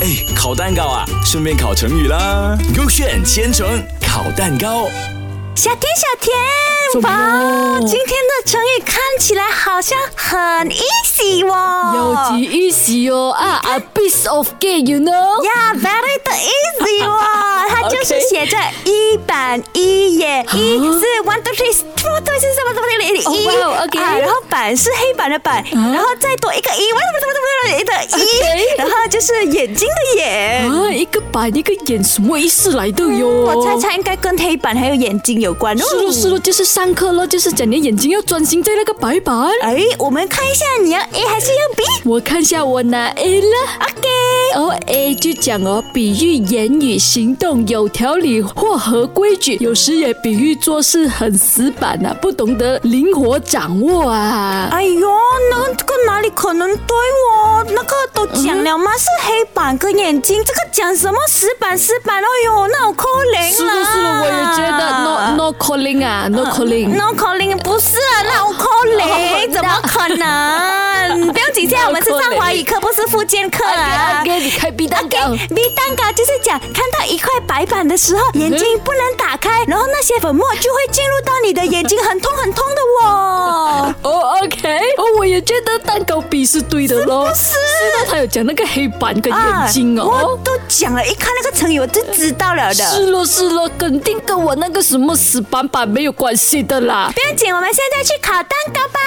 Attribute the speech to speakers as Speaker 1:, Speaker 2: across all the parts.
Speaker 1: 哎，烤蛋糕啊，顺便烤成语啦。勾选千层烤蛋糕，
Speaker 2: 小田，小
Speaker 3: 怎
Speaker 2: 田，
Speaker 3: 么
Speaker 2: 哇，
Speaker 3: 了
Speaker 2: 今天的成语看起来好像很 easy 哦。
Speaker 3: 有几意思哦啊，a piece of cake，you know。
Speaker 2: 呀、yeah,，very 的 easy 哦，它就是
Speaker 3: Okay
Speaker 2: 写着一板一
Speaker 3: 啊
Speaker 2: 眼，一是 one two three four 对是什么什么的
Speaker 3: 哦
Speaker 2: 一，
Speaker 3: 哇哦，OK 啊
Speaker 2: 啊然后板是黑板的板，然后再多一个一，为什么什么什么的一
Speaker 3: Okay
Speaker 2: 然后就是眼睛的眼。
Speaker 3: 啊，一个板一个眼，什么意思来的哟？
Speaker 2: 嗯我猜猜应该跟黑板还有眼睛有关哦。
Speaker 3: 是咯是咯，就是上课咯，就是讲你眼睛要专心在那个白板。
Speaker 2: 哎，我们看一下你要 A 还是要 B？OK，、
Speaker 3: 我看一下我拿 A 了。O A 就讲哦，比喻言语、行动有条理或合规矩，有时也比喻做事很死板啊，不懂得灵活掌握啊。
Speaker 2: 哎呦，那个哪里可能对哦？那个都讲了吗？是黑板跟眼睛，这个讲什么死板死板？哎呦，那我扣零
Speaker 3: 是的，是的，我也觉得 no no calling 啊，no
Speaker 2: 嗯
Speaker 3: calling。
Speaker 2: no calling 不是啊，那我扣零，怎么可能？不要紧张，我们是上华语课，不是复健课 啊。
Speaker 3: 给你开 B 蛋
Speaker 2: OK，
Speaker 3: 糕。
Speaker 2: B 蛋糕就是讲看到一块白板的时候，眼睛不能打开，然后那些粉末就会进入到你的眼睛，很痛很痛的哦。
Speaker 3: 哦，OK，哦，我也觉得蛋糕 B 是对的咯。
Speaker 2: 是
Speaker 3: 是的，他有讲那个黑板跟眼睛
Speaker 2: 啊我
Speaker 3: 哦。
Speaker 2: 都讲了，一看那个成语我就知道了的。
Speaker 3: 是咯是咯，肯定跟我那个什么死板板没有关系的啦。
Speaker 2: 不要紧，我们现在去烤蛋糕吧。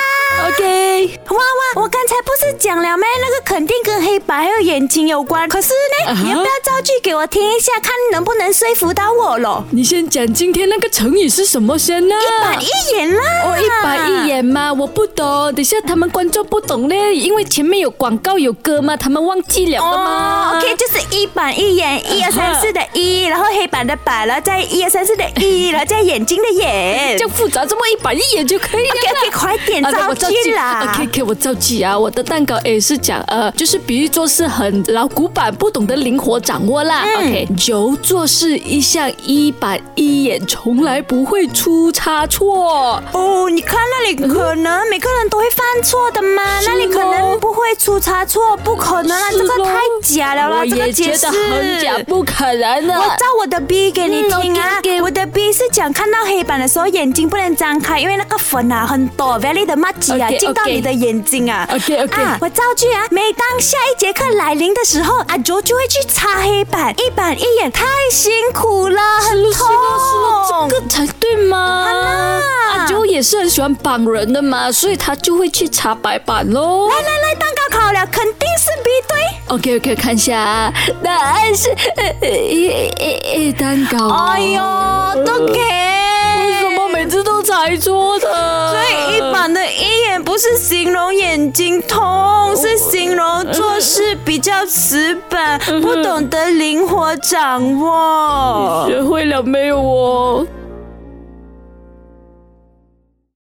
Speaker 3: OK。
Speaker 2: 哇哇，我刚才不是讲了咩？那个肯定跟黑白还有眼睛有关。可是呢
Speaker 3: 啊哈
Speaker 2: 你要不要造句给我听一下，看能不能说服到我咯？
Speaker 3: 你先讲今天那个成语是什么先呢？
Speaker 2: 一板一眼啦！
Speaker 3: 啊哦，一板一。眼嘛，我不懂。等一下他们观众不懂嘞，因为前面有广告有歌嘛，他们忘记了的嘛。
Speaker 2: 哦，OK，就是一板一眼，一二三四的一，
Speaker 3: 啊
Speaker 2: 然后黑板的板，然后再一二三四的一，然后再眼睛的眼
Speaker 3: 这。样复杂，这么一板一眼就可以了啦。
Speaker 2: OK OK，快点
Speaker 3: 好的
Speaker 2: 造
Speaker 3: 哦我造
Speaker 2: 句
Speaker 3: 句
Speaker 2: 啦
Speaker 3: OK OK，我造句啊，我的蛋糕也是讲呃，就是比喻做事很老古板，不懂得灵活掌握啦。OK，由
Speaker 2: 嗯
Speaker 3: 做事一向一板一眼，从来不会出差错。
Speaker 2: 哦，你看那里可能每个人都会犯错的嘛，
Speaker 3: 是
Speaker 2: 那里可
Speaker 3: 咯
Speaker 2: 能不会出差错，不可能啊，
Speaker 3: 是
Speaker 2: 这个
Speaker 3: 咯
Speaker 2: 太假了啦，
Speaker 3: 我
Speaker 2: 这个
Speaker 3: 也
Speaker 2: 解
Speaker 3: 觉
Speaker 2: 释
Speaker 3: 得很假，不可能的。啊
Speaker 2: 我照我的 B 给你
Speaker 3: 嗯
Speaker 2: 听啊，
Speaker 3: ，OK，OK
Speaker 2: 我的 B 是讲看到黑板的时候眼睛不能张开，因为那个粉啊很多，very 的墨迹啊
Speaker 3: OK，OK
Speaker 2: 进到你的眼睛啊。
Speaker 3: OK，OK
Speaker 2: 啊，我造句啊，每当下一节课来临的时候，阿卓就会去擦黑板，一板一眼，太辛苦了，很
Speaker 3: 是
Speaker 2: 痛。啊
Speaker 3: 咯是咯，啊这个才对嘛。
Speaker 2: 啦
Speaker 3: 阿周也是很喜欢绑人的嘛，所以他就会去查白板喽。
Speaker 2: 来来来，蛋糕烤了，肯定是 B 对。
Speaker 3: OK OK，看一下啊，答案是呃呃呃呃蛋糕。
Speaker 2: 哎呦，都给。
Speaker 3: 为什么每次都猜错的？
Speaker 2: 所以一板的一眼不是形容眼睛痛，是形容做事比较死板，不懂得灵活掌握。
Speaker 3: 学会了没有哦？